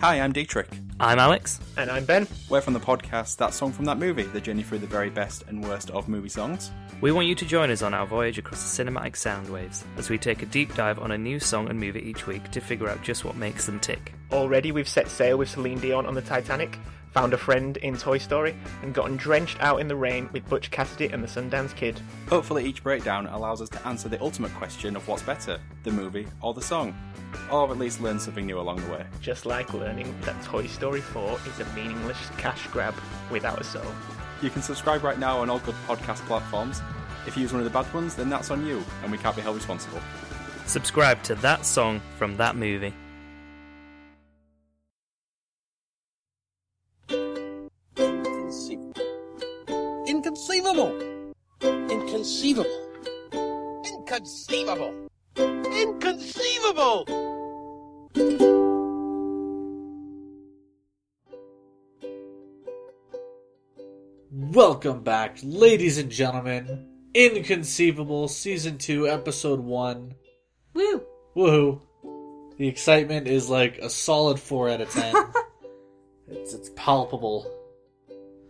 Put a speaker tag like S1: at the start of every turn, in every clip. S1: Hi, I'm Dietrich.
S2: I'm Alex.
S3: And I'm Ben.
S1: We're from the podcast That Song from That Movie, the journey through the very best and worst of movie songs.
S2: We want you to join us on our voyage across the cinematic sound waves as we take a deep dive on a new song and movie each week to figure out just what makes them tick.
S3: Already we've set sail with Celine Dion on the Titanic, found a friend in Toy Story, and gotten drenched out in the rain with Butch Cassidy and the Sundance Kid.
S1: Hopefully, each breakdown allows us to answer the ultimate question of what's better, the movie or the song, or at least learn something new along the way.
S3: Just like learning that Toy Story 4 is a meaningless cash grab without a soul.
S1: You can subscribe right now on all good podcast platforms. If you use one of the bad ones, then that's on you, and we can't be held responsible.
S2: Subscribe to that song from that movie.
S4: Inconceivable. Inconceivable. Inconceivable. Inconceivable. Inconceivable.
S5: Welcome back, ladies and gentlemen. Inconceivable Season 2, Episode 1.
S6: Woo!
S5: Woohoo. The excitement is like a solid 4 out of 10. it's, it's palpable.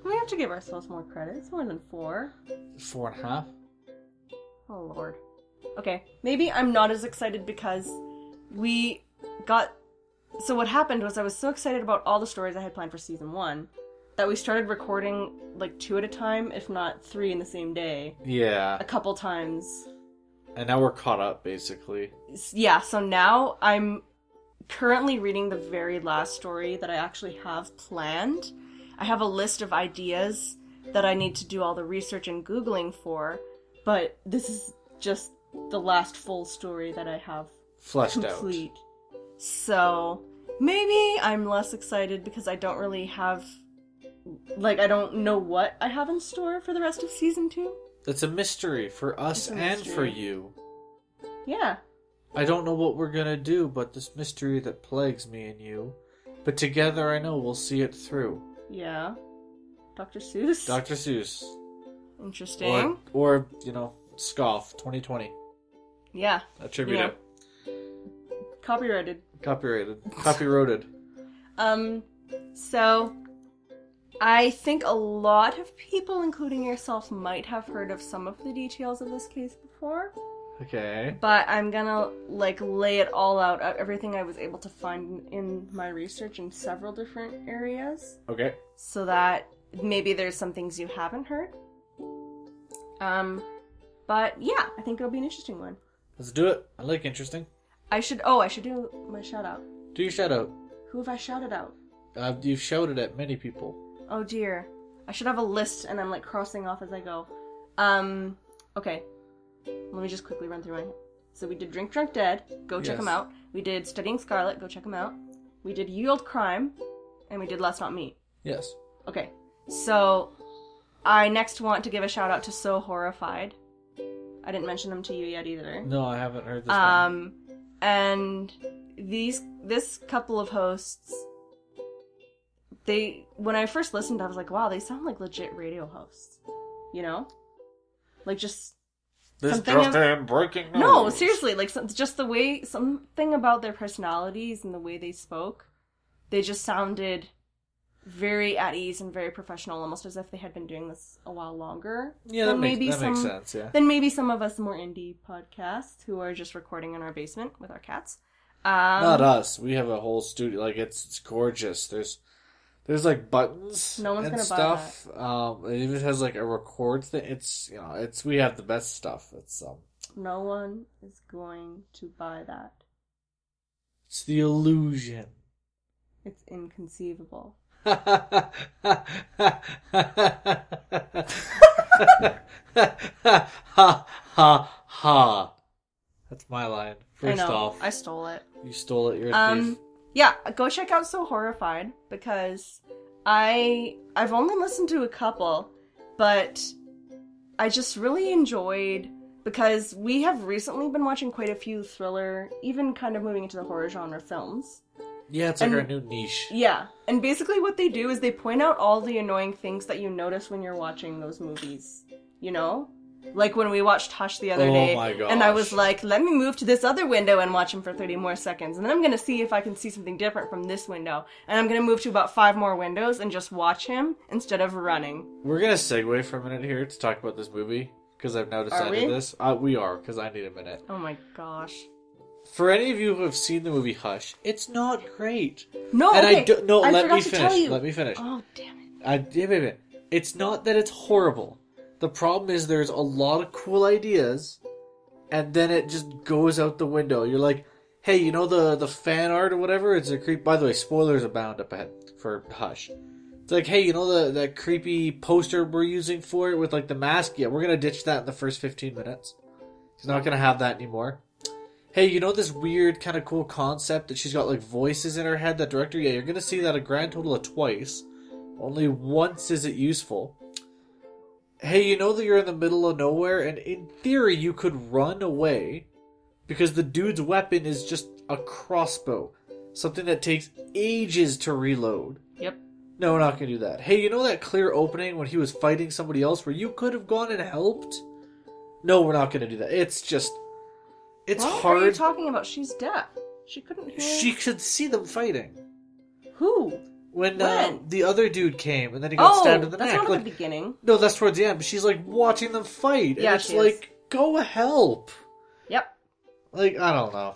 S6: We have to give ourselves more credit. It's more than four.
S5: 4.5?
S6: Oh lord. Okay, maybe I'm not as excited because we got. So what happened was I was so excited about all the stories I had planned for season one that we started recording like two at a time, if not three in the same day,
S5: Yeah.
S6: a couple times.
S5: And now we're caught up, basically.
S6: S- Yeah. So now I'm currently reading the very last story that I actually have planned. I have a list of ideas that I need to do all the research and Googling for, but this is just the last full story that I have
S5: Fleshed
S6: complete. So maybe I'm less excited because I don't really have. Like, I don't know what I have in store for the rest of season two.
S5: out. It's a mystery for us
S6: It's a
S5: and for
S6: mystery.
S5: you.
S6: Yeah.
S5: I don't know what we're gonna do, but this mystery that plagues me and you. But together, I know we'll see it through.
S6: Yeah. Dr. Seuss.
S5: Dr. Seuss.
S6: Interesting.
S5: Or, or, you know, scoff 2020.
S6: Yeah.
S5: Attribute
S6: Yeah.
S5: it.
S6: Copyrighted.
S5: Copyrighted. Copyrighted.
S6: Um, so I think a lot of people, including yourself, might have heard of some of the details of this case before,
S5: Okay.
S6: but I'm gonna like lay it all out uh, everything I was able to find in my research in several different areas
S5: Okay.
S6: so that maybe there's some things you haven't heard. Um, but yeah, I think it'll be an interesting one.
S5: Let's do it. I like interesting.
S6: I should, oh, I should do my shout out.
S5: Do your shout out.
S6: Who have I shouted out?
S5: Uh, you've shouted at many people.
S6: Oh dear. I should have a list and I'm like crossing off as I go. Um okay. Let me just quickly run through mine. So we did Drink Drunk Dead, go check
S5: Yes.
S6: 'em out. We did Studying Scarlet, go check 'em out. We did Yield Crime, and we did Let's Not Meet.
S5: Yes.
S6: Okay. So I next want to give a shout out to So Horrified. I didn't mention them to you yet either.
S5: No, I haven't heard this one.
S6: Um, and these this couple of hosts, they when I first listened, I was like, wow, they sound like legit radio hosts, you know, like just
S5: This
S6: something
S5: just
S6: of-
S5: in breaking news.
S6: no, seriously, like some, just the way something about their personalities and the way they spoke, they just sounded very at ease and very professional, almost as if they had been doing this a while longer.
S5: Yeah, that
S6: than
S5: makes, that makes sense, yeah.
S6: then maybe some of us more indie podcasts who are just recording in our basement with our cats. Um,
S5: Not us. We have a whole studio. Like, it's, it's gorgeous. There's... There's like buttons
S6: No one's
S5: and
S6: gonna buy
S5: stuff. Um, it even has like a record thing. It's you know, it's we have the best stuff. It's um,
S6: No one is going to buy that.
S5: it's the illusion.
S6: It's inconceivable.
S5: ha ha ha. That's my line. First
S6: I know.
S5: off,
S6: I stole it.
S5: you stole it. You're a
S6: Um,
S5: thief.
S6: yeah, go check out So Horrified because I I've only listened to a couple, but I just really enjoyed because we have recently been watching quite a few thriller, even kind of moving into the horror genre films.
S5: Yeah, it's like
S6: and-
S5: our new niche.
S6: Yeah, and basically what they do is they point out all the annoying things that you notice when you're watching those movies, you know? Like when we watched Hush the other
S5: Oh
S6: day,
S5: my
S6: and I was
S5: gosh.
S6: like, "Let me move to this other window and watch him for thirty more seconds, and then I'm gonna see if I can see something different from this window, and I'm gonna move to about five more windows and just watch him instead of running."
S5: We're gonna segue for a minute here to talk about this movie because I've now decided
S6: we?
S5: this. Uh, we are because I need a minute.
S6: Oh my gosh!
S5: For any of you who have seen the movie Hush, it's not great.
S6: No,
S5: and
S6: okay.
S5: I don't. No,
S6: I
S5: let
S6: forgot
S5: me
S6: to tell
S5: finish.
S6: you.
S5: Let me finish.
S6: Oh damn it!
S5: I, yeah, wait, wait. It's not that it's horrible. The problem is there's a lot of cool ideas, and then it just goes out the window. You're like, hey, you know the the fan art or whatever? It's a creep. By the way, spoilers abound up ahead for Hush. It's like, hey, you know the that creepy poster we're using for it with like the mask? Yeah, we're gonna ditch that in the first 15 minutes. He's not gonna have that anymore. Hey, you know this weird kind of cool concept that she's got like voices in her head. That director, yeah, you're gonna see that a grand total of twice. Only once is it useful. Hey, you know that you're in the middle of nowhere, and in theory, you could run away because the dude's weapon is just a crossbow, something that takes ages to reload.
S6: Yep.
S5: No, we're not gonna do that. Hey, you know that clear opening when he was fighting somebody else where you could have gone and helped? No, we're not gonna do that. It's just. It's
S6: what
S5: hard.
S6: are you talking about? She's deaf. She couldn't hear.
S5: she could see them fighting.
S6: who?
S5: When, uh,
S6: When?
S5: the other dude came and then he got
S6: Oh,
S5: stabbed in the
S6: that's
S5: neck.
S6: not
S5: like,
S6: at the beginning.
S5: No, that's towards the end. But she's like watching them fight, and
S6: Yeah,
S5: it's
S6: she is.
S5: like, go help.
S6: Yep.
S5: Like I don't know.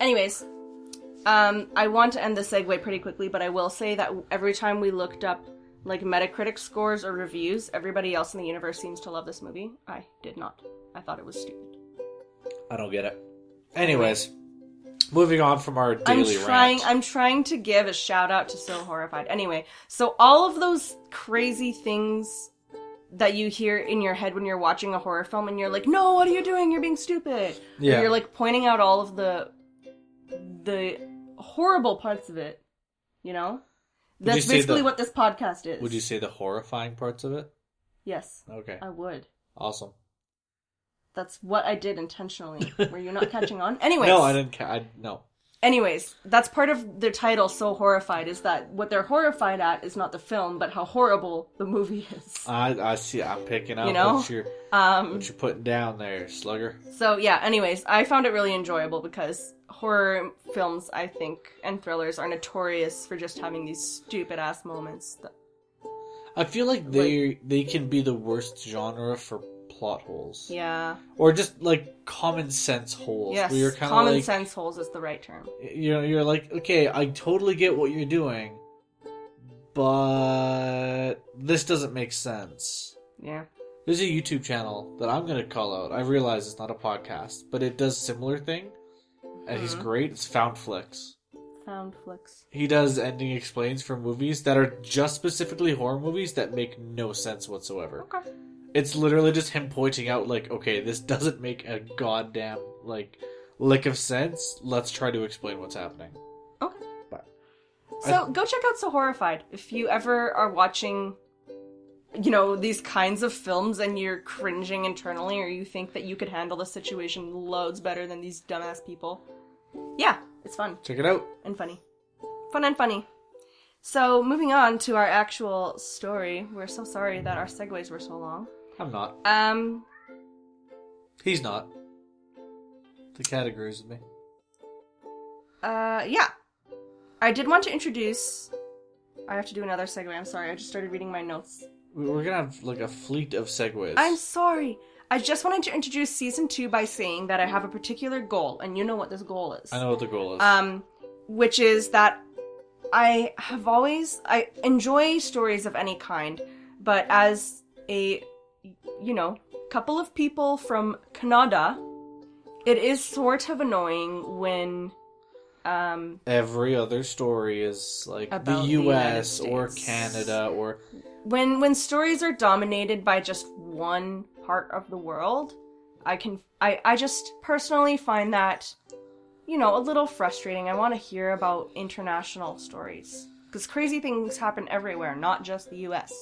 S6: Anyways, um, I want to end the segue pretty quickly, but I will say that every time we looked up like Metacritic scores or reviews, everybody else in the universe seems to love this movie. I did not. I thought it was stupid.
S5: I don't get it. Anyways, moving on from our daily
S6: I'm trying.
S5: rant.
S6: I'm trying to give a shout out to So Horrified. Anyway, so all of those crazy things that you hear in your head when you're watching a horror film, and you're like, "No, what are you doing? You're being stupid." Or
S5: Yeah.
S6: you're like pointing out all of the the horrible parts of it. You know,
S5: you
S6: that's
S5: say
S6: basically
S5: the-
S6: what this podcast is.
S5: Would you say the horrifying parts of it?
S6: Yes,
S5: Okay,
S6: I would.
S5: awesome.
S6: That's what I did intentionally. Were you not catching on? Anyways,
S5: No, I didn't. Ca- I no.
S6: Anyways, that's part of their title, So Horrified, is that what they're horrified at is not the film, but how horrible the movie is.
S5: I I see. I'm picking up
S6: You know?
S5: what you're
S6: Um,
S5: what you're putting down there, slugger.
S6: so, yeah, anyways, I found it really enjoyable because horror films, I think, and thrillers are notorious for just having these stupid ass moments. That,
S5: I feel like they they can be the worst genre for plot holes,
S6: yeah.
S5: or just like common sense holes.
S6: Yes.
S5: where you're kinda
S6: Common
S5: like,
S6: sense holes is the right term.
S5: you know you're like okay i totally get what you're doing but this doesn't make sense
S6: Yeah.
S5: there's a youtube channel that i'm going to call out i realize it's not a podcast but it does similar thing and he's great it's found flicks
S6: Found flicks.
S5: he does ending explains for movies that are just specifically horror movies that make no sense whatsoever
S6: Okay.
S5: it's literally just him pointing out like okay this doesn't make a goddamn like lick of sense let's try to explain what's happening
S6: Okay.
S5: But-
S6: So go check out So Horrified if you ever are watching, you know, these kinds of films and you're cringing internally or you think that you could handle the situation loads better than these dumbass people. Yeah, it's fun
S5: check it out
S6: and funny. Fun and funny. So moving on to our actual story. We're so sorry that our segues were so long.
S5: i'm not
S6: Um,
S5: He's not. The cat agrees with me.
S6: Uh, yeah. I did want to introduce. I have to do another segue. I'm sorry. I just started reading my notes.
S5: We- We're gonna have like a fleet of segues.
S6: I'm sorry. I just wanted to introduce season two by saying that I have a particular goal, and you know what this goal is.
S5: I know what the goal is.
S6: Um, which is that I have always I enjoy stories of any kind, but as a you know couple of people from Canada, it is sort of annoying when um
S5: Every other story is like the
S6: About the
S5: U.S.
S6: United
S5: or
S6: States.
S5: Canada or
S6: when when stories are dominated by just one part of the world i can i i just personally find that you know a little frustrating i want to hear about international stories because crazy things happen everywhere not just the us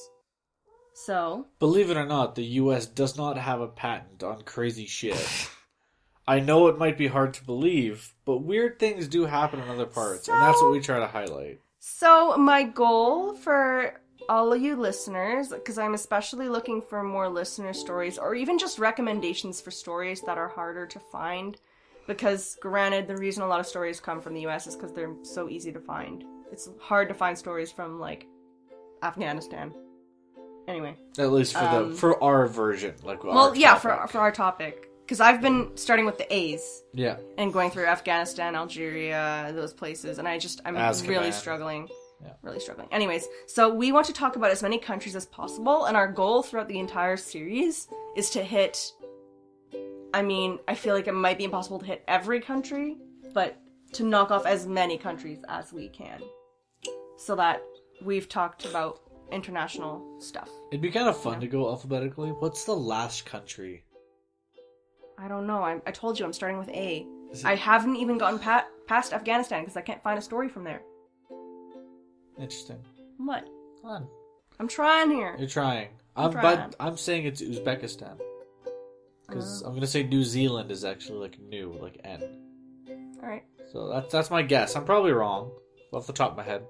S6: so
S5: believe it or not, the U.S. does not have a patent on crazy shit. I know it might be hard to believe, but weird things do happen in other parts, and that's what we try to highlight.
S6: so my goal for all of you listeners, because I'm especially looking for more listener stories or even just recommendations for stories that are harder to find. Because, granted, the reason a lot of stories come from the US is because they're so easy to find. It's hard to find stories from, like, Afghanistan. Anyway.
S5: At least for
S6: Um,
S5: the for our version, like
S6: well,
S5: our
S6: yeah, for,
S5: topic.
S6: for our topic. Because I've been starting with the A's
S5: yeah,
S6: and going through Afghanistan, Algeria, those places, and I just I'm
S5: Azkaban.
S6: really struggling.
S5: Yeah.
S6: Really struggling. Anyways, so we want to talk about as many countries as possible, and our goal throughout the entire series is to hit. I mean, I feel like it might be impossible to hit every country, but to knock off as many countries as we can, so that we've talked about international stuff.
S5: it'd be kind of fun to go alphabetically. What's the last country?
S6: I don't know. I, I told you I'm starting with A.
S5: Is it-
S6: I haven't even gotten pa- past Afghanistan because I can't find a story from there.
S5: Interesting.
S6: What?
S5: Fun.
S6: I'm trying here.
S5: You're trying. I'm,
S6: I'm
S5: but
S6: trying. Oh.
S5: I'm saying it's Uzbekistan because I'm gonna say New Zealand is actually like new, like N.
S6: All right.
S5: So that's that's my guess. I'm probably wrong off the top of my head.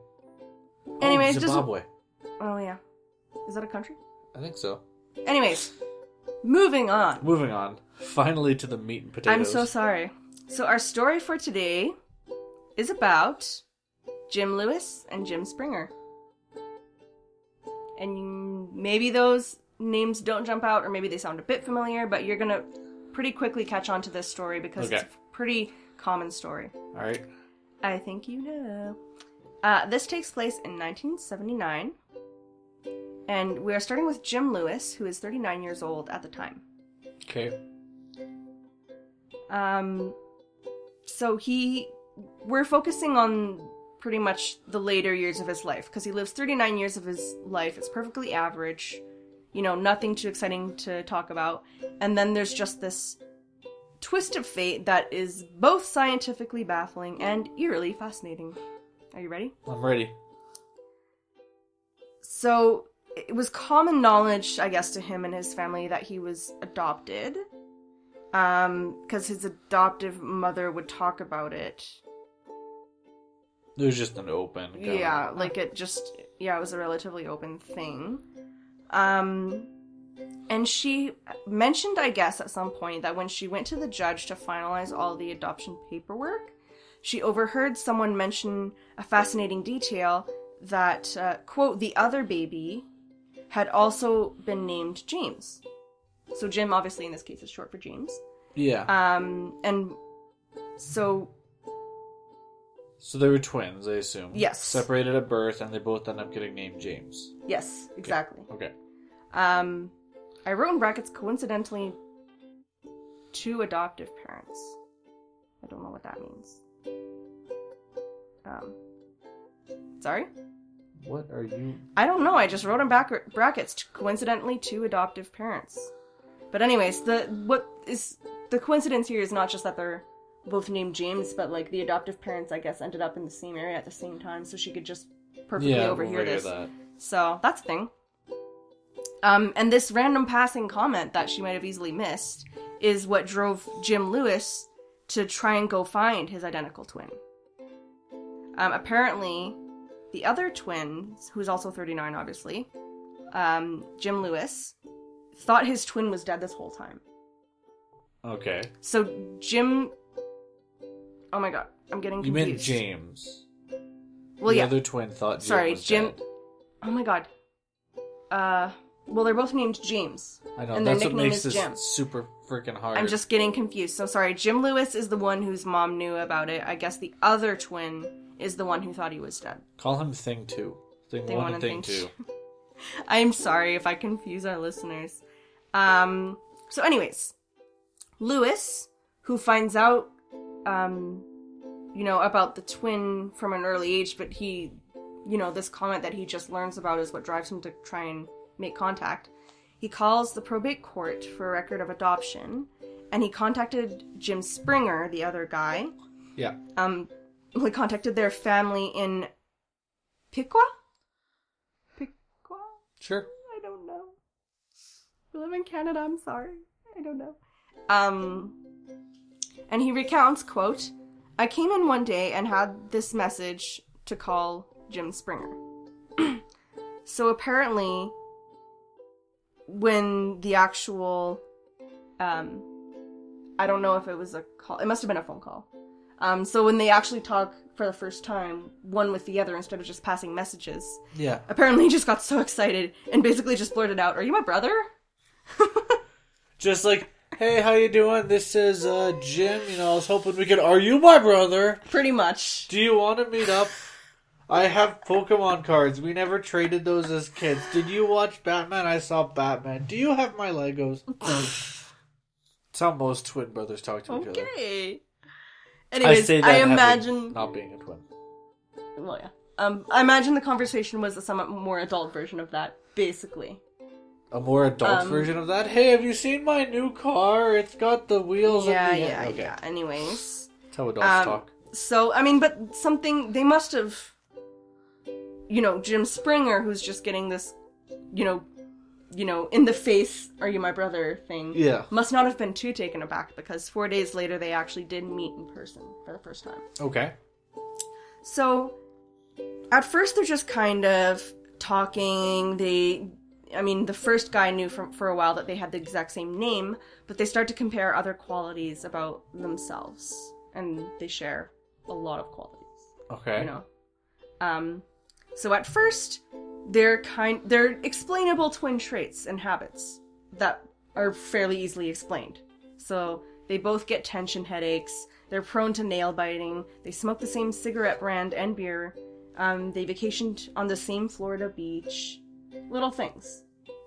S5: Oh,
S6: Anyways, just-
S5: Zimbabwe.
S6: Oh yeah. Is that a country?
S5: I think so.
S6: Anyways, moving on.
S5: Moving on. Finally to the meat and potatoes.
S6: I'm so sorry. So our story for today is about Jim Lewis and Jim Springer. And maybe those names don't jump out or maybe they sound a bit familiar, but you're going to pretty quickly catch on to this story because it's
S5: Okay.
S6: a pretty common story.
S5: All right.
S6: I think you know. Uh, this takes place in 1979, and we are starting with Jim Lewis, who is 39 years old at the time.
S5: Okay.
S6: Um, so he, we're focusing on pretty much the later years of his life because he lives 39 years of his life. It's perfectly average, you know, nothing too exciting to talk about. And then there's just this twist of fate that is both scientifically baffling and eerily fascinating. Are you ready?
S5: I'm ready.
S6: So it was common knowledge, I guess, to him and his family that he was adopted. Um, because his adoptive mother would talk about it.
S5: It was just an open. kind of-
S6: Yeah, like it just, yeah, it was a relatively open thing. Um, and she mentioned, I guess, at some point that when she went to the judge to finalize all the adoption paperwork, she overheard someone mention a fascinating detail that, uh, quote, the other baby had also been named James. So Jim, obviously, in this case, is short for James.
S5: Yeah.
S6: Um, and so
S5: so they were twins, I assume.
S6: Yes.
S5: Separated at birth, and they both end up getting named James.
S6: yes, exactly.
S5: Okay.
S6: Um, I wrote in brackets coincidentally two adoptive parents. I don't know what that means. Um, sorry,
S5: What are you?
S6: I don't know. I just wrote in back- brackets t- coincidentally two adoptive parents. But anyways, the what is the coincidence here is not just that they're both named James, but like the adoptive parents, I guess, ended up in the same area at the same time, so she could just perfectly
S5: yeah.
S6: overhear
S5: overhear
S6: this.
S5: that.
S6: So that's a thing. Um, and this random passing comment that she might have easily missed is what drove Jim Lewis to try and go find his identical twin. Um, apparently, the other twin, who's also 39, obviously, um, Jim Lewis, thought his twin was dead this whole time.
S5: Okay.
S6: So Jim. Oh my god, I'm getting
S5: You
S6: confused.
S5: meant James.
S6: Well,
S5: the
S6: yeah.
S5: other twin thought. Jim
S6: Sorry,
S5: was
S6: Jim-
S5: dead.
S6: Oh my god. Uh, well, they're both named James.
S5: I know.
S6: and their
S5: that's what
S6: nickname
S5: makes
S6: is
S5: this
S6: Jim.
S5: super freaking hard.
S6: I'm just getting confused. So sorry. Jim Lewis is the one whose mom knew about it. I guess the other twin is the one who thought he was dead.
S5: call him Thing Two. Thing, one, and Thing, Two.
S6: I'm sorry if I confuse our listeners. Um, so, anyways, Lewis, who finds out, um, you know, about the twin from an early age, but he, you know, this comment that he just learns about is what drives him to try and make contact. He calls the probate court for a record of adoption, and he contacted Jim Springer, the other guy.
S5: Yeah.
S6: Um, he contacted their family in Piqua? Piqua?
S5: Sure.
S6: I don't know. We live in Canada, I'm sorry. I don't know. Um and he recounts, quote, I came in one day and had this message to call Jim Springer. So apparently, when the actual, um, I don't know if it was a call. It must have been a phone call. Um, so when they actually talk for the first time, one with the other instead of just passing messages,
S5: Yeah.
S6: apparently he just got so excited and basically just blurted out, "Are you my brother?"
S5: Just like, hey, how you doing? This is uh, Jim. You know, I was hoping we could. Are you my brother?
S6: Pretty much.
S5: Do you want to meet up? I have Pokemon cards. We never traded those as kids. Did you watch Batman? I saw Batman. Do you have my Legos? it's how most twin brothers talk to each other.
S6: Okay. Anyways, I,
S5: having
S6: imagine.
S5: not being a twin.
S6: Well, yeah. Um, I imagine the conversation was a somewhat more adult version of that, basically.
S5: A more adult
S6: Um,
S5: version of that. Hey, have you seen my new car? It's got the wheels. at
S6: Yeah,
S5: the end."
S6: yeah,
S5: Okay.
S6: yeah. Anyways,
S5: That's how adults
S6: Um,
S5: talk.
S6: so I mean, but something they must have, you know, Jim Springer, who's just getting this, you know, you know, in the face, "Are you my brother?" thing.
S5: Yeah.
S6: Must not have been too taken aback because four days later they actually did meet in person for the first time.
S5: Okay.
S6: So, at first they're just kind of talking. They, I mean, the first guy knew from, for a while that they had the exact same name, but they start to compare other qualities about themselves, and they share a lot of qualities.
S5: Okay.
S6: You know, um, so at first they're kind, they're explainable twin traits and habits that are fairly easily explained. So they both get tension headaches. They're prone to nail biting. They smoke the same cigarette brand and beer. Um, they vacationed on the same Florida beach. Little things,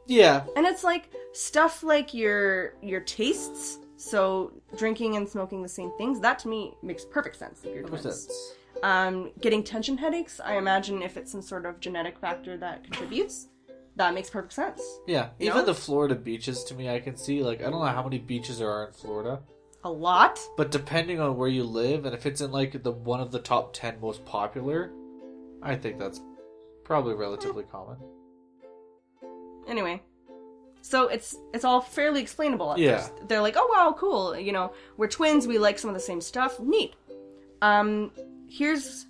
S5: Yeah.
S6: and it's like stuff like your your tastes. So drinking and smoking the same things. That to me makes perfect sense. If you're
S5: That makes
S6: twins.
S5: sense.
S6: Um, getting tension headaches. I imagine if it's some sort of genetic factor that contributes, that makes perfect sense.
S5: Yeah. Even
S6: know?
S5: the Florida beaches to me, I can see. Like, I don't know how many beaches there are in Florida.
S6: A lot.
S5: But depending on where you live, and if it's in like the one of the top ten most popular, I think that's probably relatively common.
S6: anyway so it's it's all fairly explainable at
S5: Yeah.
S6: first they're like oh wow cool you know we're twins we like some of the same stuff neat um here's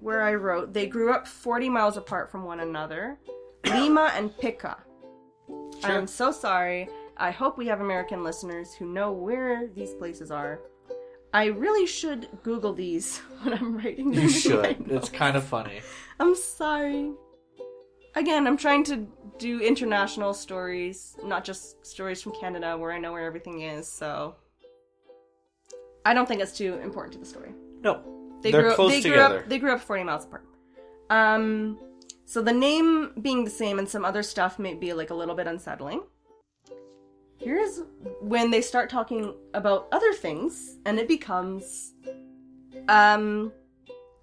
S6: where i wrote they grew up 40 miles apart from one another lima and pica i'm so sorry i hope we have american listeners who know where these places are i really should google these when i'm writing
S5: You
S6: them in my
S5: should. it's kind of funny.
S6: I'm sorry. Again, I'm trying to do international stories, not just stories from Canada where I know where everything is, so I don't think it's too important to the story.
S5: No,
S6: They
S5: They're
S6: grew up,
S5: close
S6: they
S5: together.
S6: Grew up, they grew up 40 miles apart. Um, so the name being the same and some other stuff may be like a little bit unsettling. Here's when they start talking about other things, and it becomes um,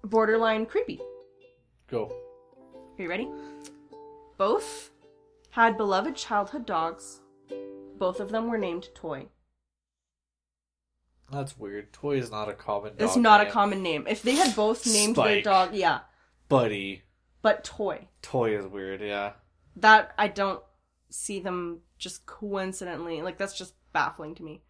S6: borderline creepy.
S5: go.
S6: Are you ready? Both had beloved childhood dogs. Both of them were named Toy.
S5: That's weird. Toy is not a common.
S6: it's
S5: dog
S6: not a
S5: name.
S6: common name. If they had both named their
S5: Spike.
S6: dog, yeah,
S5: buddy.
S6: but Toy.
S5: Toy is weird. Yeah.
S6: That I don't see them just coincidentally. Like that's just baffling to me.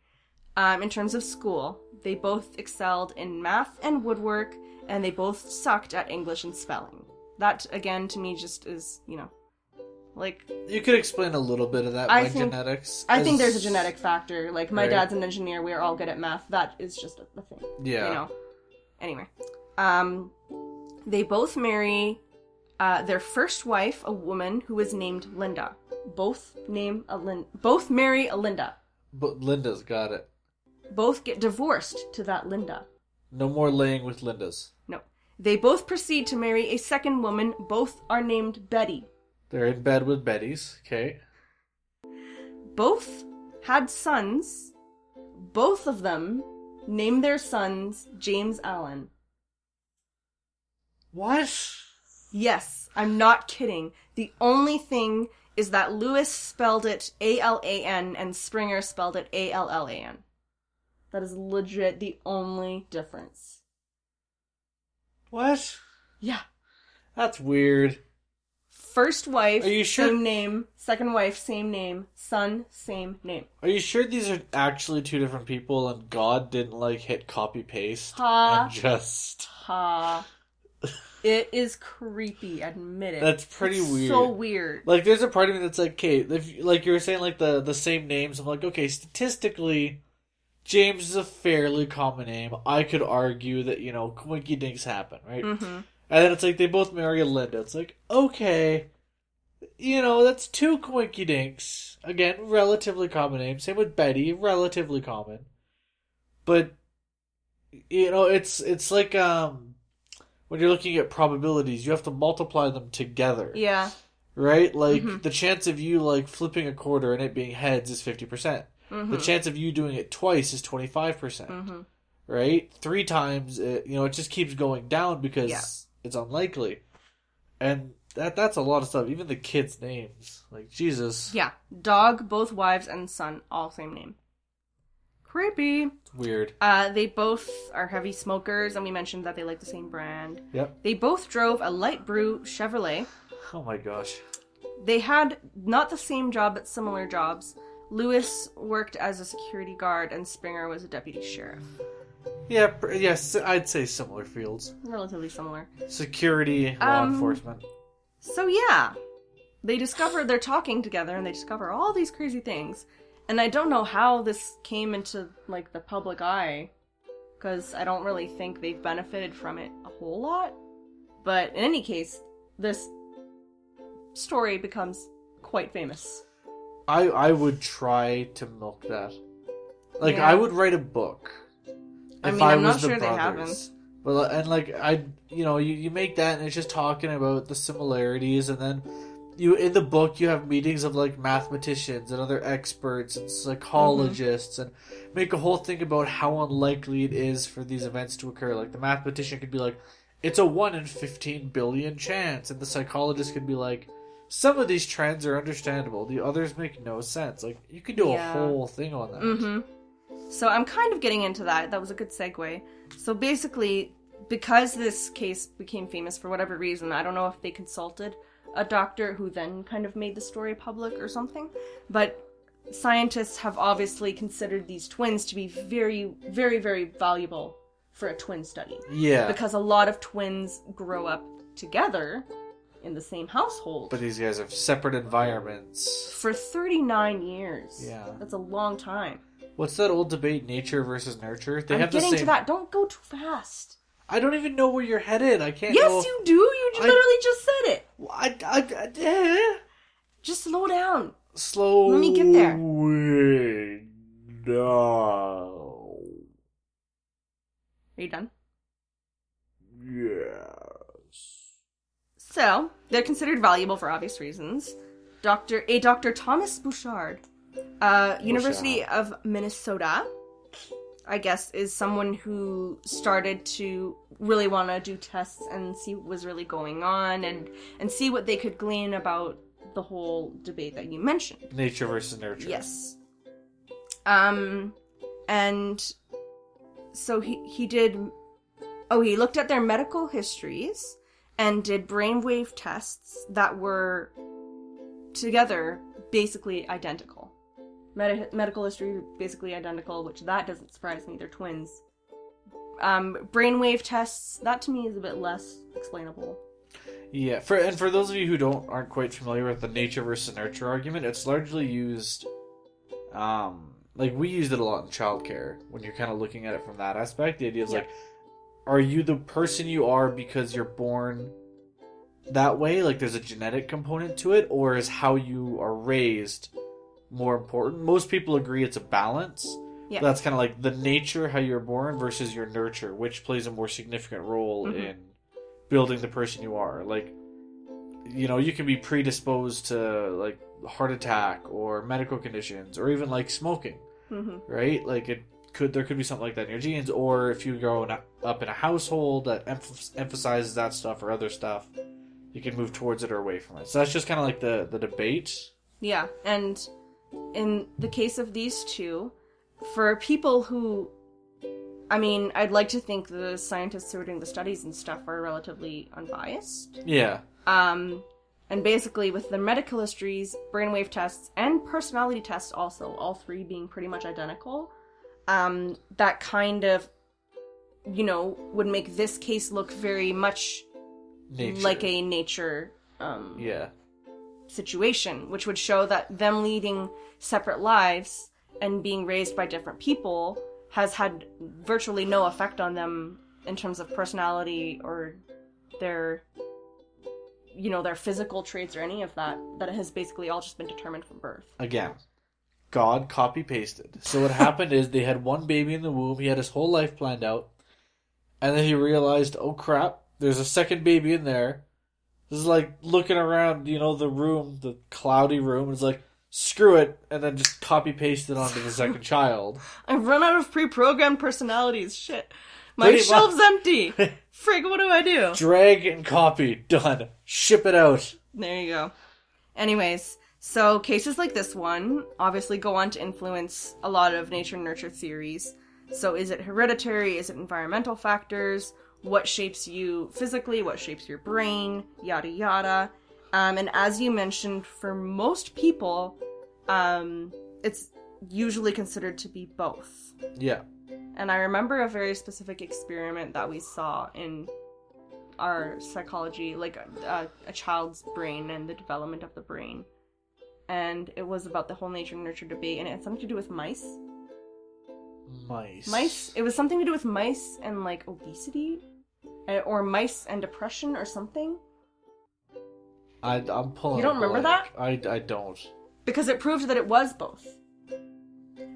S6: Um, in terms of school, they both excelled in math and woodwork, and they both sucked at English and spelling. That again to me just is you know, like
S5: You could explain a little bit of that
S6: I
S5: by
S6: think-
S5: genetics.
S6: I think
S5: as-
S6: there's a genetic factor. Like my
S5: Right.
S6: dad's an engineer. We are all good at math. That is just a, a thing.
S5: Yeah.
S6: You know. Anyway, um, they both marry uh, their first wife, a woman who is named Linda. Both name a Lin- Both marry a Linda.
S5: But Linda's got it.
S6: Both get divorced to that Linda.
S5: No more laying with Lindas.
S6: No. They both proceed to marry a second woman. Both are named Betty.
S5: They're in bed with Betty's. Okay.
S6: Both had sons. Both of them named their sons James Allen.
S5: What?
S6: Yes, I'm not kidding. The only thing is that Lewis spelled it A L A N and Springer spelled it A L L A N. That is legit the only difference.
S5: What?
S6: Yeah.
S5: That's weird.
S6: First wife,
S5: Are you sure?
S6: same name. Second wife, same name. Son, same name.
S5: Are you sure these are actually two different people and God didn't like hit copy paste
S6: Ha.
S5: and just
S6: Ha. It is creepy, admit it.
S5: That's pretty
S6: It's
S5: weird.
S6: So weird.
S5: Like, there's a part of me that's like, okay, if, like you were saying, like the the same names. I'm like, okay, statistically, James is a fairly common name. I could argue that you know, quinky dinks happen, right?
S6: hmm
S5: And then it's like they both marry a Linda. It's like, okay, you know, that's two quinky dinks. Again, relatively common name. Same with Betty, relatively common. But you know, it's it's like um when you're looking at probabilities, you have to multiply them together
S6: Yeah.
S5: right? Like
S6: Mm-hmm.
S5: the chance of you like flipping a quarter and it being heads is 50%. percent
S6: Mm-hmm.
S5: The chance of you doing it twice is 25%. percent
S6: Mhm.
S5: Right? Three times it, you know, it just keeps going down because
S6: Yeah.
S5: it's unlikely. And that that's a lot of stuff, even the kids names. Like Jesus,
S6: Yeah. Dog, both wives and son, all same name. Creepy.
S5: it's weird.
S6: Uh, they both are heavy smokers, and we mentioned that they like the same brand.
S5: Yep.
S6: They both drove a light brew Chevrolet.
S5: Oh my gosh.
S6: They had not the same job, but similar jobs. Lewis worked as a security guard, and Springer was a deputy sheriff.
S5: Yeah, pr- yes, I'd say similar fields.
S6: Relatively similar.
S5: Security, law
S6: Um,
S5: enforcement.
S6: So yeah, they discover they're talking together and they discover all these crazy things. And I don't know how this came into like the public eye cuz I don't really think they've benefited from it a whole lot. But in any case, this story becomes quite famous.
S5: I I would try to milk that. Like
S6: Yeah.
S5: I would write a book.
S6: I
S5: If
S6: mean, I'm
S5: was
S6: not
S5: the
S6: sure they
S5: brothers. But li- and like I, you know, you, you make that and it's just talking about the similarities, and then you in the book you have meetings of like mathematicians and other experts and psychologists, and make a whole thing about how unlikely it is for these events to occur. Like the mathematician could be like, it's a one in fifteen billion chance, and the psychologist could be like, some of these trends are understandable, the others make no sense. Like you could do
S6: Yeah.
S5: a whole thing on that.
S6: Mhm. So I'm kind of getting into that. That was a good segue. So basically, because this case became famous for whatever reason, I don't know if they consulted a doctor who then kind of made the story public or something, but scientists have obviously considered these twins to be very, very, very valuable for a twin study.
S5: Yeah,
S6: Because a lot of twins grow up together in the same household
S5: but these guys have separate environments.
S6: for 39 years.
S5: Yeah.
S6: That's a long time.
S5: What's that old debate, nature versus nurture? They
S6: I'm
S5: have the
S6: getting
S5: same.
S6: to that. Don't go too fast.
S5: I don't even know where you're headed. I can't.
S6: Yes,
S5: know if-
S6: you do. You j-
S5: I-
S6: literally just said it.
S5: I, I, I- eh.
S6: Just slow down.
S5: Slow.
S6: Let me get there.
S5: way down.
S6: Are you done?
S5: Yes.
S6: So they're considered valuable for obvious reasons. Doctor a Doctor Thomas Bouchard, uh, University of Minnesota, I guess, is someone who started to really want to do tests and see what was really going on and and see what they could glean about the whole debate that you mentioned.
S5: Nature versus nurture.
S6: Yes. Um, and so he he did. Oh, he looked at their medical histories and did brainwave tests that were together basically identical. Medi- medical history basically identical, which that doesn't surprise me. They're twins. Um, brainwave tests that to me is a bit less explainable.
S5: Yeah. For and for those of you who don't aren't quite familiar with the nature versus nurture argument, it's largely used. Um, like we used it a lot in childcare when you're kind of looking at it from that aspect. The idea is
S6: Yeah.
S5: like, are you the person you are because you're born that way? Like there's a genetic component to it, or is how you are raised more important? Most people agree it's a balance.
S6: Yeah.
S5: That's kind of like the nature, how you're born versus your nurture, which plays a more significant role
S6: Mhm.
S5: in building the person you are. Like, you know, you can be predisposed to like heart attack or medical conditions or even like smoking,
S6: hmm
S5: right? Like, it could, there could be something like that in your genes. Or if you grow in a, up in a household that emph- emphasizes that stuff or other stuff, you can move towards it or away from it. So that's just kind of like the, the debate.
S6: Yeah, and in the case of these two, for people who, I mean, I'd like to think the scientists who are doing the studies and stuff are relatively unbiased.
S5: Yeah.
S6: Um, and basically, with the medical histories, brainwave tests, and personality tests, also all three being pretty much identical, um, that kind of, you know, would make this case look very much
S5: nature.
S6: like a nature um,
S5: yeah,
S6: situation, which would show that them leading separate lives and being raised by different people has had virtually no effect on them in terms of personality or their you know their physical traits or any of that that it has basically all just been determined from birth
S5: again, God copy pasted. So what happened is they had one baby in the womb. He had his whole life planned out, and then he realized, oh crap, there's a second baby in there. This is like looking around, you know, the room, the cloudy room. It's like screw it, and then just copy paste it onto the second child.
S6: i've run out of pre-programmed personalities shit my
S5: Pretty much.
S6: shelves empty frig what do i do
S5: Drag and copy, done. Ship it out.
S6: There you go. Anyways, so cases like this one obviously go on to influence a lot of nature nurture theories. So is it hereditary? Is it environmental factors? What shapes you physically? What shapes your brain? Yada yada. Um, and as you mentioned, for most people, um, it's usually considered to be both.
S5: Yeah.
S6: And I remember a very specific experiment that we saw in our psychology, like a, a child's brain and the development of the brain. And it was about the whole nature nurture debate, and it had something to do with mice.
S5: Mice.
S6: Mice. It was something to do with mice and like obesity, eh, or mice and depression, or something.
S5: I, I'm pulling.
S6: You don't
S5: a
S6: remember
S5: blank. I, I don't.
S6: because it proved that it was both.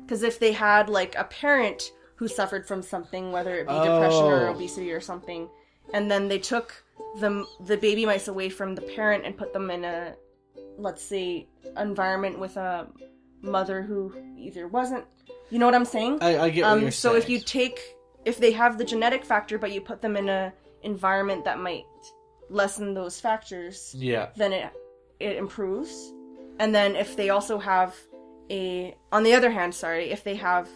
S6: Because if they had like a parent who suffered from something, whether it be depression or
S5: Oh.
S6: obesity or something, and then they took the the baby mice away from the parent and put them in a, let's say, environment with a mother who either wasn't, you know what I'm saying?
S5: I, I get what
S6: um,
S5: you're
S6: so
S5: saying.
S6: if you take if they have the genetic factor, but you put them in a environment that might lessen those factors,
S5: yeah.
S6: then it it improves. And then if they also have a on the other hand, sorry, if they have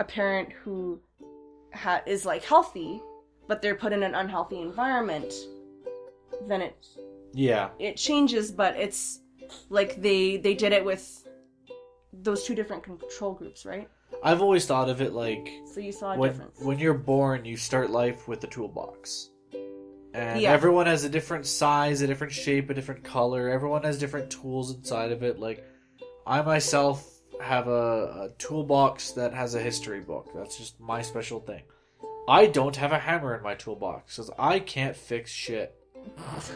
S6: a parent who ha- is like healthy, but they're put in an unhealthy environment, then it
S5: Yeah.
S6: it changes, but it's like they they did it with those two different control groups, right?
S5: I've always thought of it like
S6: So you saw a
S5: when,
S6: difference.
S5: when you're born, you start life with a toolbox. And
S6: Yeah.
S5: everyone has a different size, a different shape, a different color. Everyone has different tools inside of it. Like, I myself have a, a toolbox that has a history book. That's just my special thing. I don't have a hammer in my toolbox because I can't fix shit.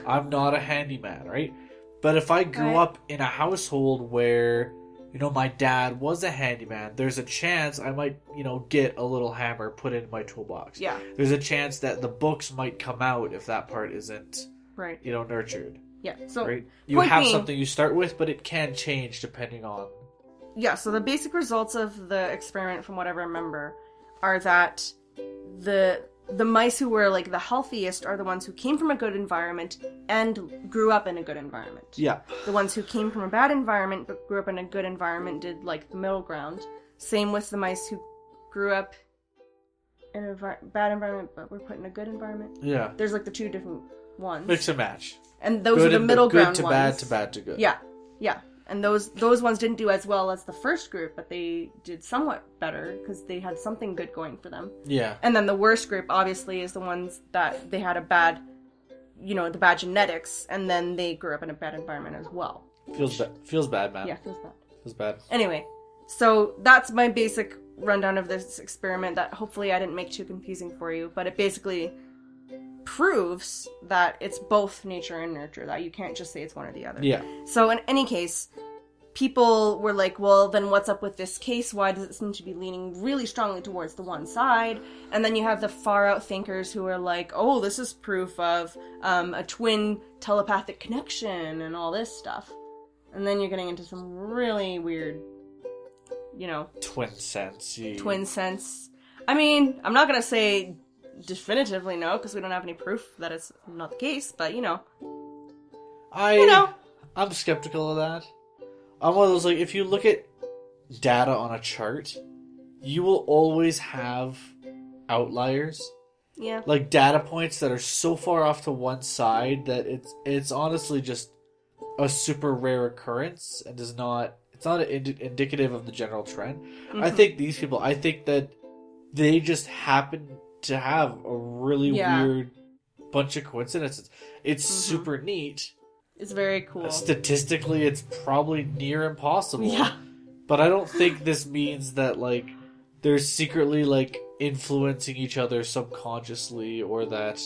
S5: I'm not a handyman, right? But if I grew
S6: Right.
S5: up in a household where, you know, my dad was a handyman, there's a chance I might, you know, get a little hammer put in my toolbox.
S6: yeah,
S5: There's a chance that the books might come out if that part isn't,
S6: right.
S5: you know, nurtured.
S6: Yeah. So
S5: right? You
S6: Oh, point
S5: have
S6: being-
S5: something you start with, but it can change depending on.
S6: yeah, so the basic results of the experiment, from what I remember, are that the the mice who were like the healthiest are the ones who came from a good environment and grew up in a good environment.
S5: Yeah.
S6: The ones who came from a bad environment but grew up in a good environment did like the middle ground. Same with the mice who grew up in a envi- bad environment but were put in a good environment.
S5: Yeah.
S6: There's like the two different ones,
S5: Mix and match.
S6: and those
S5: good
S6: are the
S5: and
S6: middle
S5: good
S6: ground
S5: to
S6: ones.
S5: bad to bad to good.
S6: Yeah, yeah, and those those ones didn't do as well as the first group, but they did somewhat better because they had something good going for them.
S5: Yeah.
S6: And then the worst group, obviously, is the ones that they had a bad, you know, the bad genetics, and then they grew up in a bad environment as well.
S5: Feels ba- feels bad, man.
S6: Yeah, Oh, feels bad.
S5: Feels bad.
S6: Anyway, so that's my basic rundown of this experiment that hopefully I didn't make too confusing for you, but it basically proves that it's both nature and nurture, that you can't just say it's one or the other.
S5: Yeah.
S6: So in any case, people were like, "Well, then what's up with this case? Why does it seem to be leaning really strongly towards the one side?" And then you have the far out thinkers who are like, "Oh, this is proof of um, a twin telepathic connection and all this stuff." And then you're getting into some really weird, you know,
S5: Twin sense. you-
S6: twin sense. I mean, I'm not gonna say definitively no because we don't have any proof that it's not the case, but you know,
S5: I
S6: you know.
S5: I'm skeptical of that. I'm one of those like if you look at data on a chart, you will always have outliers.
S6: Yeah.
S5: Like data points that are so far off to one side that it's it's honestly just a super rare occurrence and does not it's not ind- indicative of the general trend. I
S6: Mhm.
S5: think these people I think that they just happen to have a really
S6: Yeah. Mm-hmm.
S5: weird bunch of coincidences. It's super neat.
S6: It's very cool.
S5: Statistically, it's probably near impossible.
S6: Yeah.
S5: But I don't think this means that like they're secretly like influencing each other subconsciously or that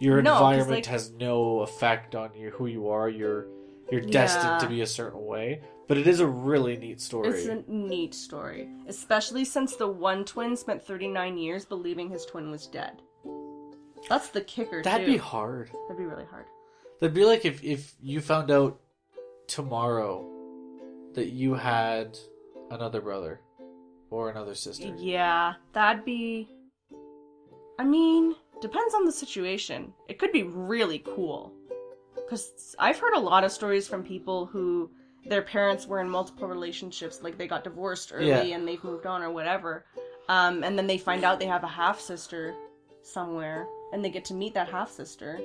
S5: your
S6: No, 'cause,
S5: environment
S6: like-
S5: has no effect on you who you are. You're you're destined to
S6: Yeah.
S5: be a certain way. But it is a really neat story.
S6: It's a neat story, especially since the one twin spent 39 years believing his twin was dead. That's the kicker,
S5: That'd
S6: too.
S5: be hard.
S6: That'd be really hard.
S5: That'd be like if if you found out tomorrow that you had another brother or another sister.
S6: Yeah, that'd be. I mean, depends on the situation. It could be really cool. Because I've heard a lot of stories from people who their parents were in multiple relationships, like they got divorced early
S5: Yeah.
S6: and they've moved on or whatever. Um, and then they find out they have a half sister somewhere and they get to meet that half sister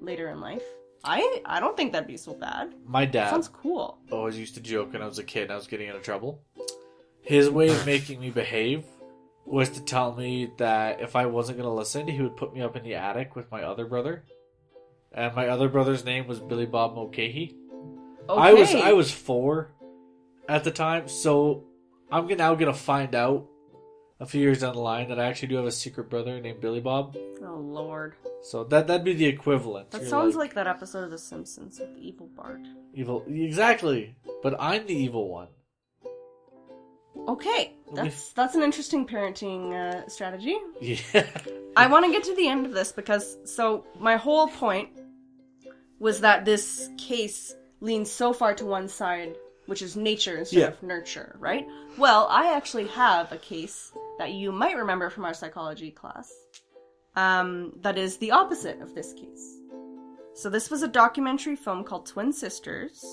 S6: later in life. I, I don't think that'd be so bad.
S5: My dad
S6: Sounds cool.
S5: always used to joke when I was a kid and I was getting into trouble. His way of making me behave was to tell me that if I wasn't going to listen, he would put me up in the attic with my other brother. And my other brother's name was Billy Bob Mulcahy.
S6: Okay.
S5: I was I was four at the time, so I'm gonna- now gonna find out a few years down the line that I actually do have a secret brother named Billy Bob.
S6: Oh, Lord.
S5: So that that'd be the equivalent.
S6: That
S5: You're
S6: sounds like... that episode of The Simpsons with Evil Bart.
S5: evil, exactly. But I'm the evil one.
S6: Okay, that's that's an interesting parenting uh, strategy.
S5: Yeah,
S6: I want to get to the end of this because so my whole point was that this case leans so far to one side, which is nature instead
S5: Yeah.
S6: of nurture, right? Well, I actually have a case that you might remember from our psychology class um, that is the opposite of this case. So this was a documentary film called Twin Sisters,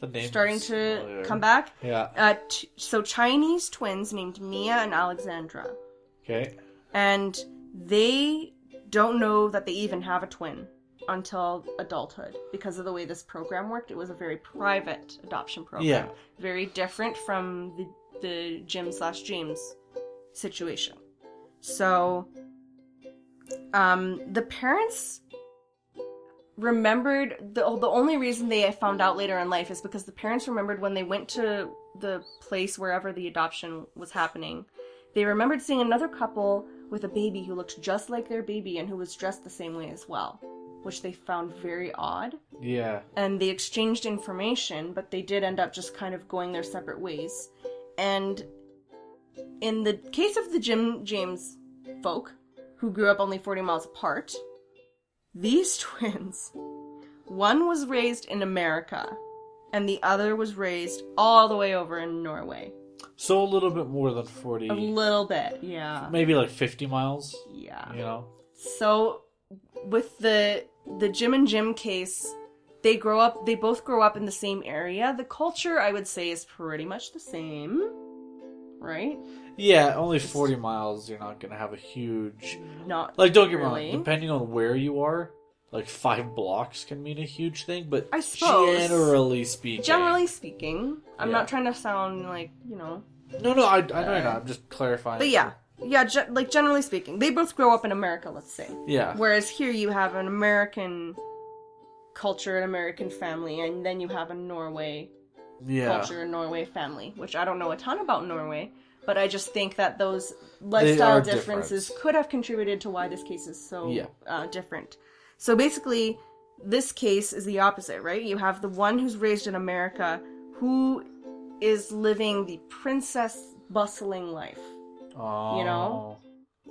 S5: the name
S6: starting
S5: is
S6: to
S5: familiar.
S6: come back.
S5: Yeah.
S6: Uh, t- so Chinese twins named Mia and Alexandra,
S5: Okay.
S6: and they don't know that they even have a twin until adulthood because of the way this program worked. It was a very private adoption program,
S5: Yeah.
S6: very different from the the Jim slash James situation. So, um, the parents remembered the oh, the only reason they found out later in life is because the parents remembered when they went to the place wherever the adoption was happening. They remembered seeing another couple with a baby who looked just like their baby and who was dressed the same way as well, which they found very odd
S5: Yeah.
S6: and they exchanged information, but they did end up just kind of going their separate ways. And in the case of the Jim James folk, who grew up only 40 miles apart, these twins, one was raised in America, and the other was raised all the way over in Norway.
S5: So a little bit more than forty,
S6: A little bit, yeah.
S5: maybe like fifty miles.
S6: Yeah.
S5: You know.
S6: So with the the Jim and Jim case, they grow up they both grow up in the same area. The culture I would say is pretty much the same. Right?
S5: Yeah, only forty miles. You're not gonna have a huge
S6: Not
S5: Like, don't get me
S6: Really?
S5: wrong. Depending on where you are, like five blocks can mean a huge thing. But
S6: I suppose.
S5: generally speaking,
S6: generally speaking. I'm
S5: Yeah.
S6: not trying to sound like, you know.
S5: no, no, I, I know you're not. I'm just clarifying.
S6: But yeah. Yeah, ge- like generally speaking, they both grow up in America, let's say.
S5: yeah,
S6: Whereas here you have an American culture, an American family, and then you have a Norway
S5: yeah.
S6: culture in Norway family, which I don't know a ton about Norway, but I just think that those
S5: are
S6: lifestyle
S5: different.
S6: differences could have contributed to why this case is so
S5: Yeah.
S6: uh, different. So basically, this case is the opposite, right? You have the one who's raised in America who is living the princess bustling life,
S5: Oh,
S6: know?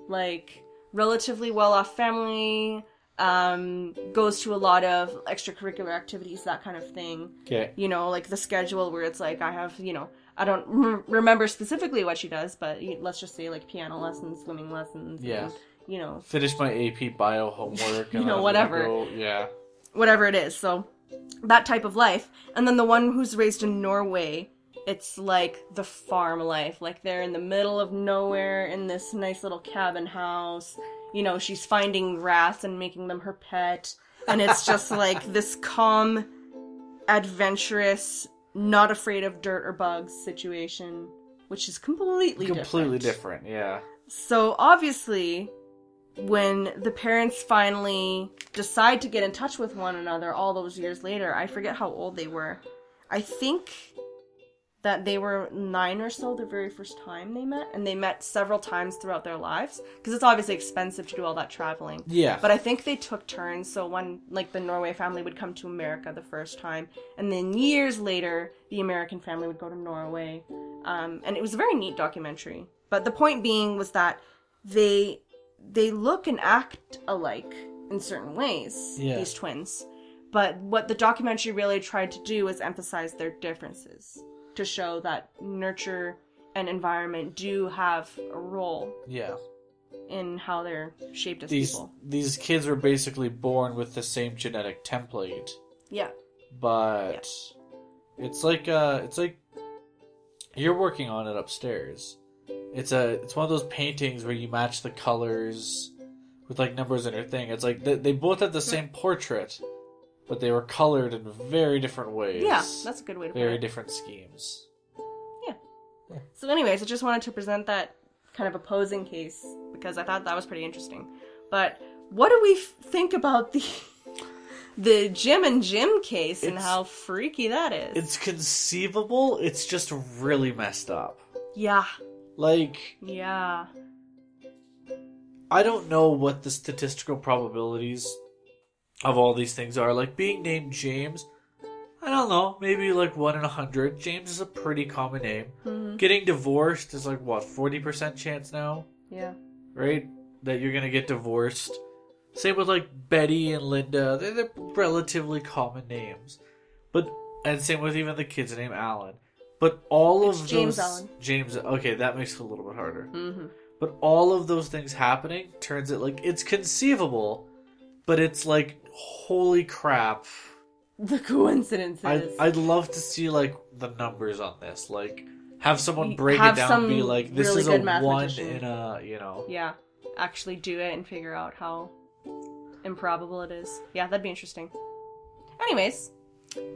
S6: like relatively well off family. Um, goes to a lot of extracurricular activities, that kind of thing
S5: Okay.
S6: you know, like the schedule where it's like I have, you know, I don't re- remember specifically what she does, but you- let's just say like piano lessons, swimming lessons,
S5: Yeah.
S6: and, you know,
S5: Finish my AP Bio homework. and
S6: You know,
S5: I'm gonna
S6: whatever.
S5: go- yeah.
S6: whatever it is. So that type of life. And then the one who's raised in Norway, it's like the farm life. Like they're in the middle of nowhere in this nice little cabin house. You know, she's finding rats and making them her pet. And it's just like this calm, adventurous, not afraid of dirt or bugs situation, which is completely
S5: Completely
S6: different.
S5: different. Yeah.
S6: So obviously, when the parents finally decide to get in touch with one another all those years later, I forget how old they were. I think that they were nine or so the very first time they met, and they met several times throughout their lives because it's obviously expensive to do all that traveling.
S5: Yeah.
S6: But I think they took turns. So one, like the Norway family, would come to America the first time, and then years later, the American family would go to Norway. Um, and it was a very neat documentary. But the point being was that they they look and act alike in certain ways.
S5: Yeah.
S6: These twins. But what the documentary really tried to do is emphasize their differences to show that nurture and environment do have a role
S5: yeah.
S6: in how they're shaped as
S5: These
S6: people.
S5: these kids were basically born with the same genetic template,
S6: Yeah.
S5: but it's like uh it's like you're working on it upstairs. It's a it's one of those paintings where you match the colors with like numbers in your thing. It's like they, they both had the
S6: Hmm.
S5: same portrait, but they were colored in very different ways.
S6: Yeah, that's a good way to put
S5: very
S6: it.
S5: different schemes.
S6: So, anyways, I just wanted to present that kind of opposing case because I thought that was pretty interesting. But what do we f- think about the the Jim and Jim case and
S5: It's-
S6: how freaky that is?
S5: It's conceivable. It's just really messed up.
S6: yeah,
S5: Like
S6: yeah,
S5: I don't know what the statistical probabilities of all these things are. Like being named James, I don't know, maybe like one in a hundred. James is a pretty common name. Getting divorced is like what forty percent chance now,
S6: yeah,
S5: right? That you're gonna get divorced. Same with like Betty and Linda. They're, they're relatively common names, but and same with even the kid's name Alan. But all
S6: It's
S5: of
S6: James
S5: those
S6: Allen.
S5: James. Okay, that makes it a little bit harder.
S6: mm-hmm.
S5: But all of those things happening turns it like it's conceivable, but it's like holy crap.
S6: the coincidences.
S5: I I'd love to see like the numbers on this. Like have someone
S6: Y-
S5: break
S6: have
S5: it down
S6: some
S5: and be like this
S6: really
S5: is
S6: good
S5: a one
S6: mathematician.
S5: in a you know.
S6: yeah, actually do it and figure out how improbable it is. Yeah, that'd be interesting. Anyways,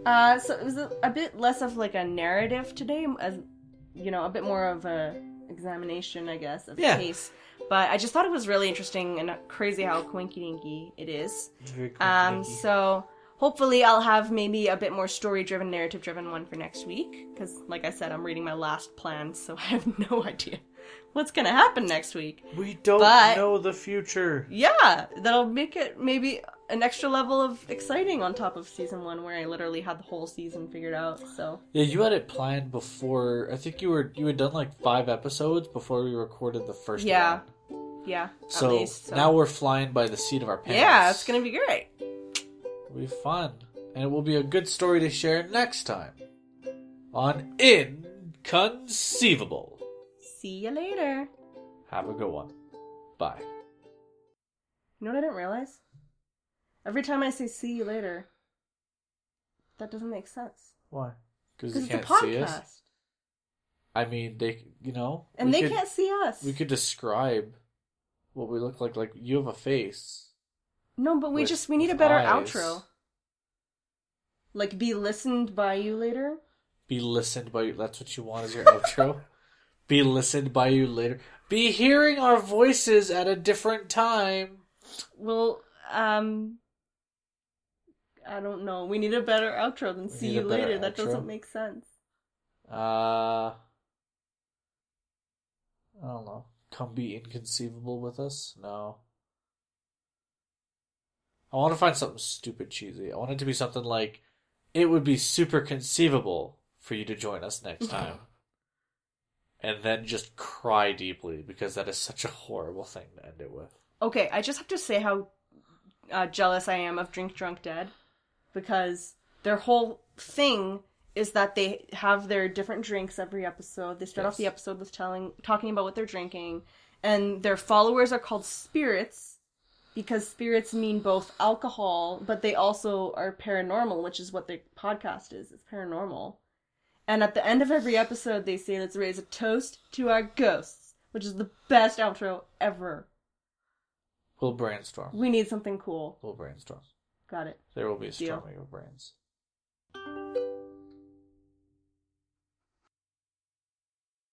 S6: uh, so it was a, a bit less of like a narrative today, as you know, a bit more of a examination, I guess, of
S5: Yeah.
S6: the case. But I just thought it was really interesting and crazy how coinky dinky it is.
S5: It's very
S6: Um,
S5: coincidental.
S6: so hopefully I'll have maybe a bit more story-driven, narrative-driven one for next week. Because, like I said, I'm reading my last plan, so I have no idea what's gonna happen next week.
S5: we don't
S6: but-
S5: know the future.
S6: Yeah, that'll make it maybe an extra level of exciting on top of season one, where I literally had the whole season figured out. So
S5: Yeah, you had it planned before. I think you were you had done like five episodes before we recorded the first
S6: Yeah,
S5: one.
S6: yeah,
S5: So,
S6: at least, so.
S5: now we're flying by the seat of our pants.
S6: yeah, it's gonna be great.
S5: It'll be fun. And it will be a good story to share next time on Inconceivable.
S6: See you later.
S5: Have a good one. Bye.
S6: You know what I didn't realize? Every time I say "see you later," that doesn't make sense
S5: Why? Because
S6: because
S5: they
S6: it's a
S5: can't see us.
S6: podcast,
S5: I mean, they, you know.
S6: and
S5: we
S6: they
S5: could-
S6: can't see us.
S5: We could describe what we look like. Like, you have a face.
S6: No, but we
S5: with-
S6: just we need a
S5: with
S6: better
S5: eyes.
S6: outro. Like be listened by you later.
S5: Be listened by you. That's what you want as your outro. Be listened by you later. Be hearing our voices at a different time.
S6: Well, um I don't know. We need a better outro than
S5: We
S6: see
S5: need
S6: you
S5: a better
S6: later. That
S5: outro.
S6: doesn't make sense.
S5: Uh, I don't know. Come be inconceivable with us? No. I want to find something stupid cheesy. I want it to be something like, it would be super conceivable for you to join us next time. and then just cry deeply because that is such a horrible thing to end it with.
S6: Okay, I just have to say how uh, jealous I am of Drink Drunk Dead because their whole thing is that they have their different drinks every episode. They start off
S5: Yes.
S6: the episode with telling talking about what they're drinking, and their followers are called spirits because spirits mean both alcohol, but they also are paranormal, which is what their podcast is. It's paranormal. And at the end of every episode, they say, "Let's raise a toast to our ghosts," which is the best outro ever.
S5: We'll brainstorm.
S6: We need something cool.
S5: We'll brainstorm.
S6: Got it.
S5: There will be a
S6: Deal.
S5: storming of brains.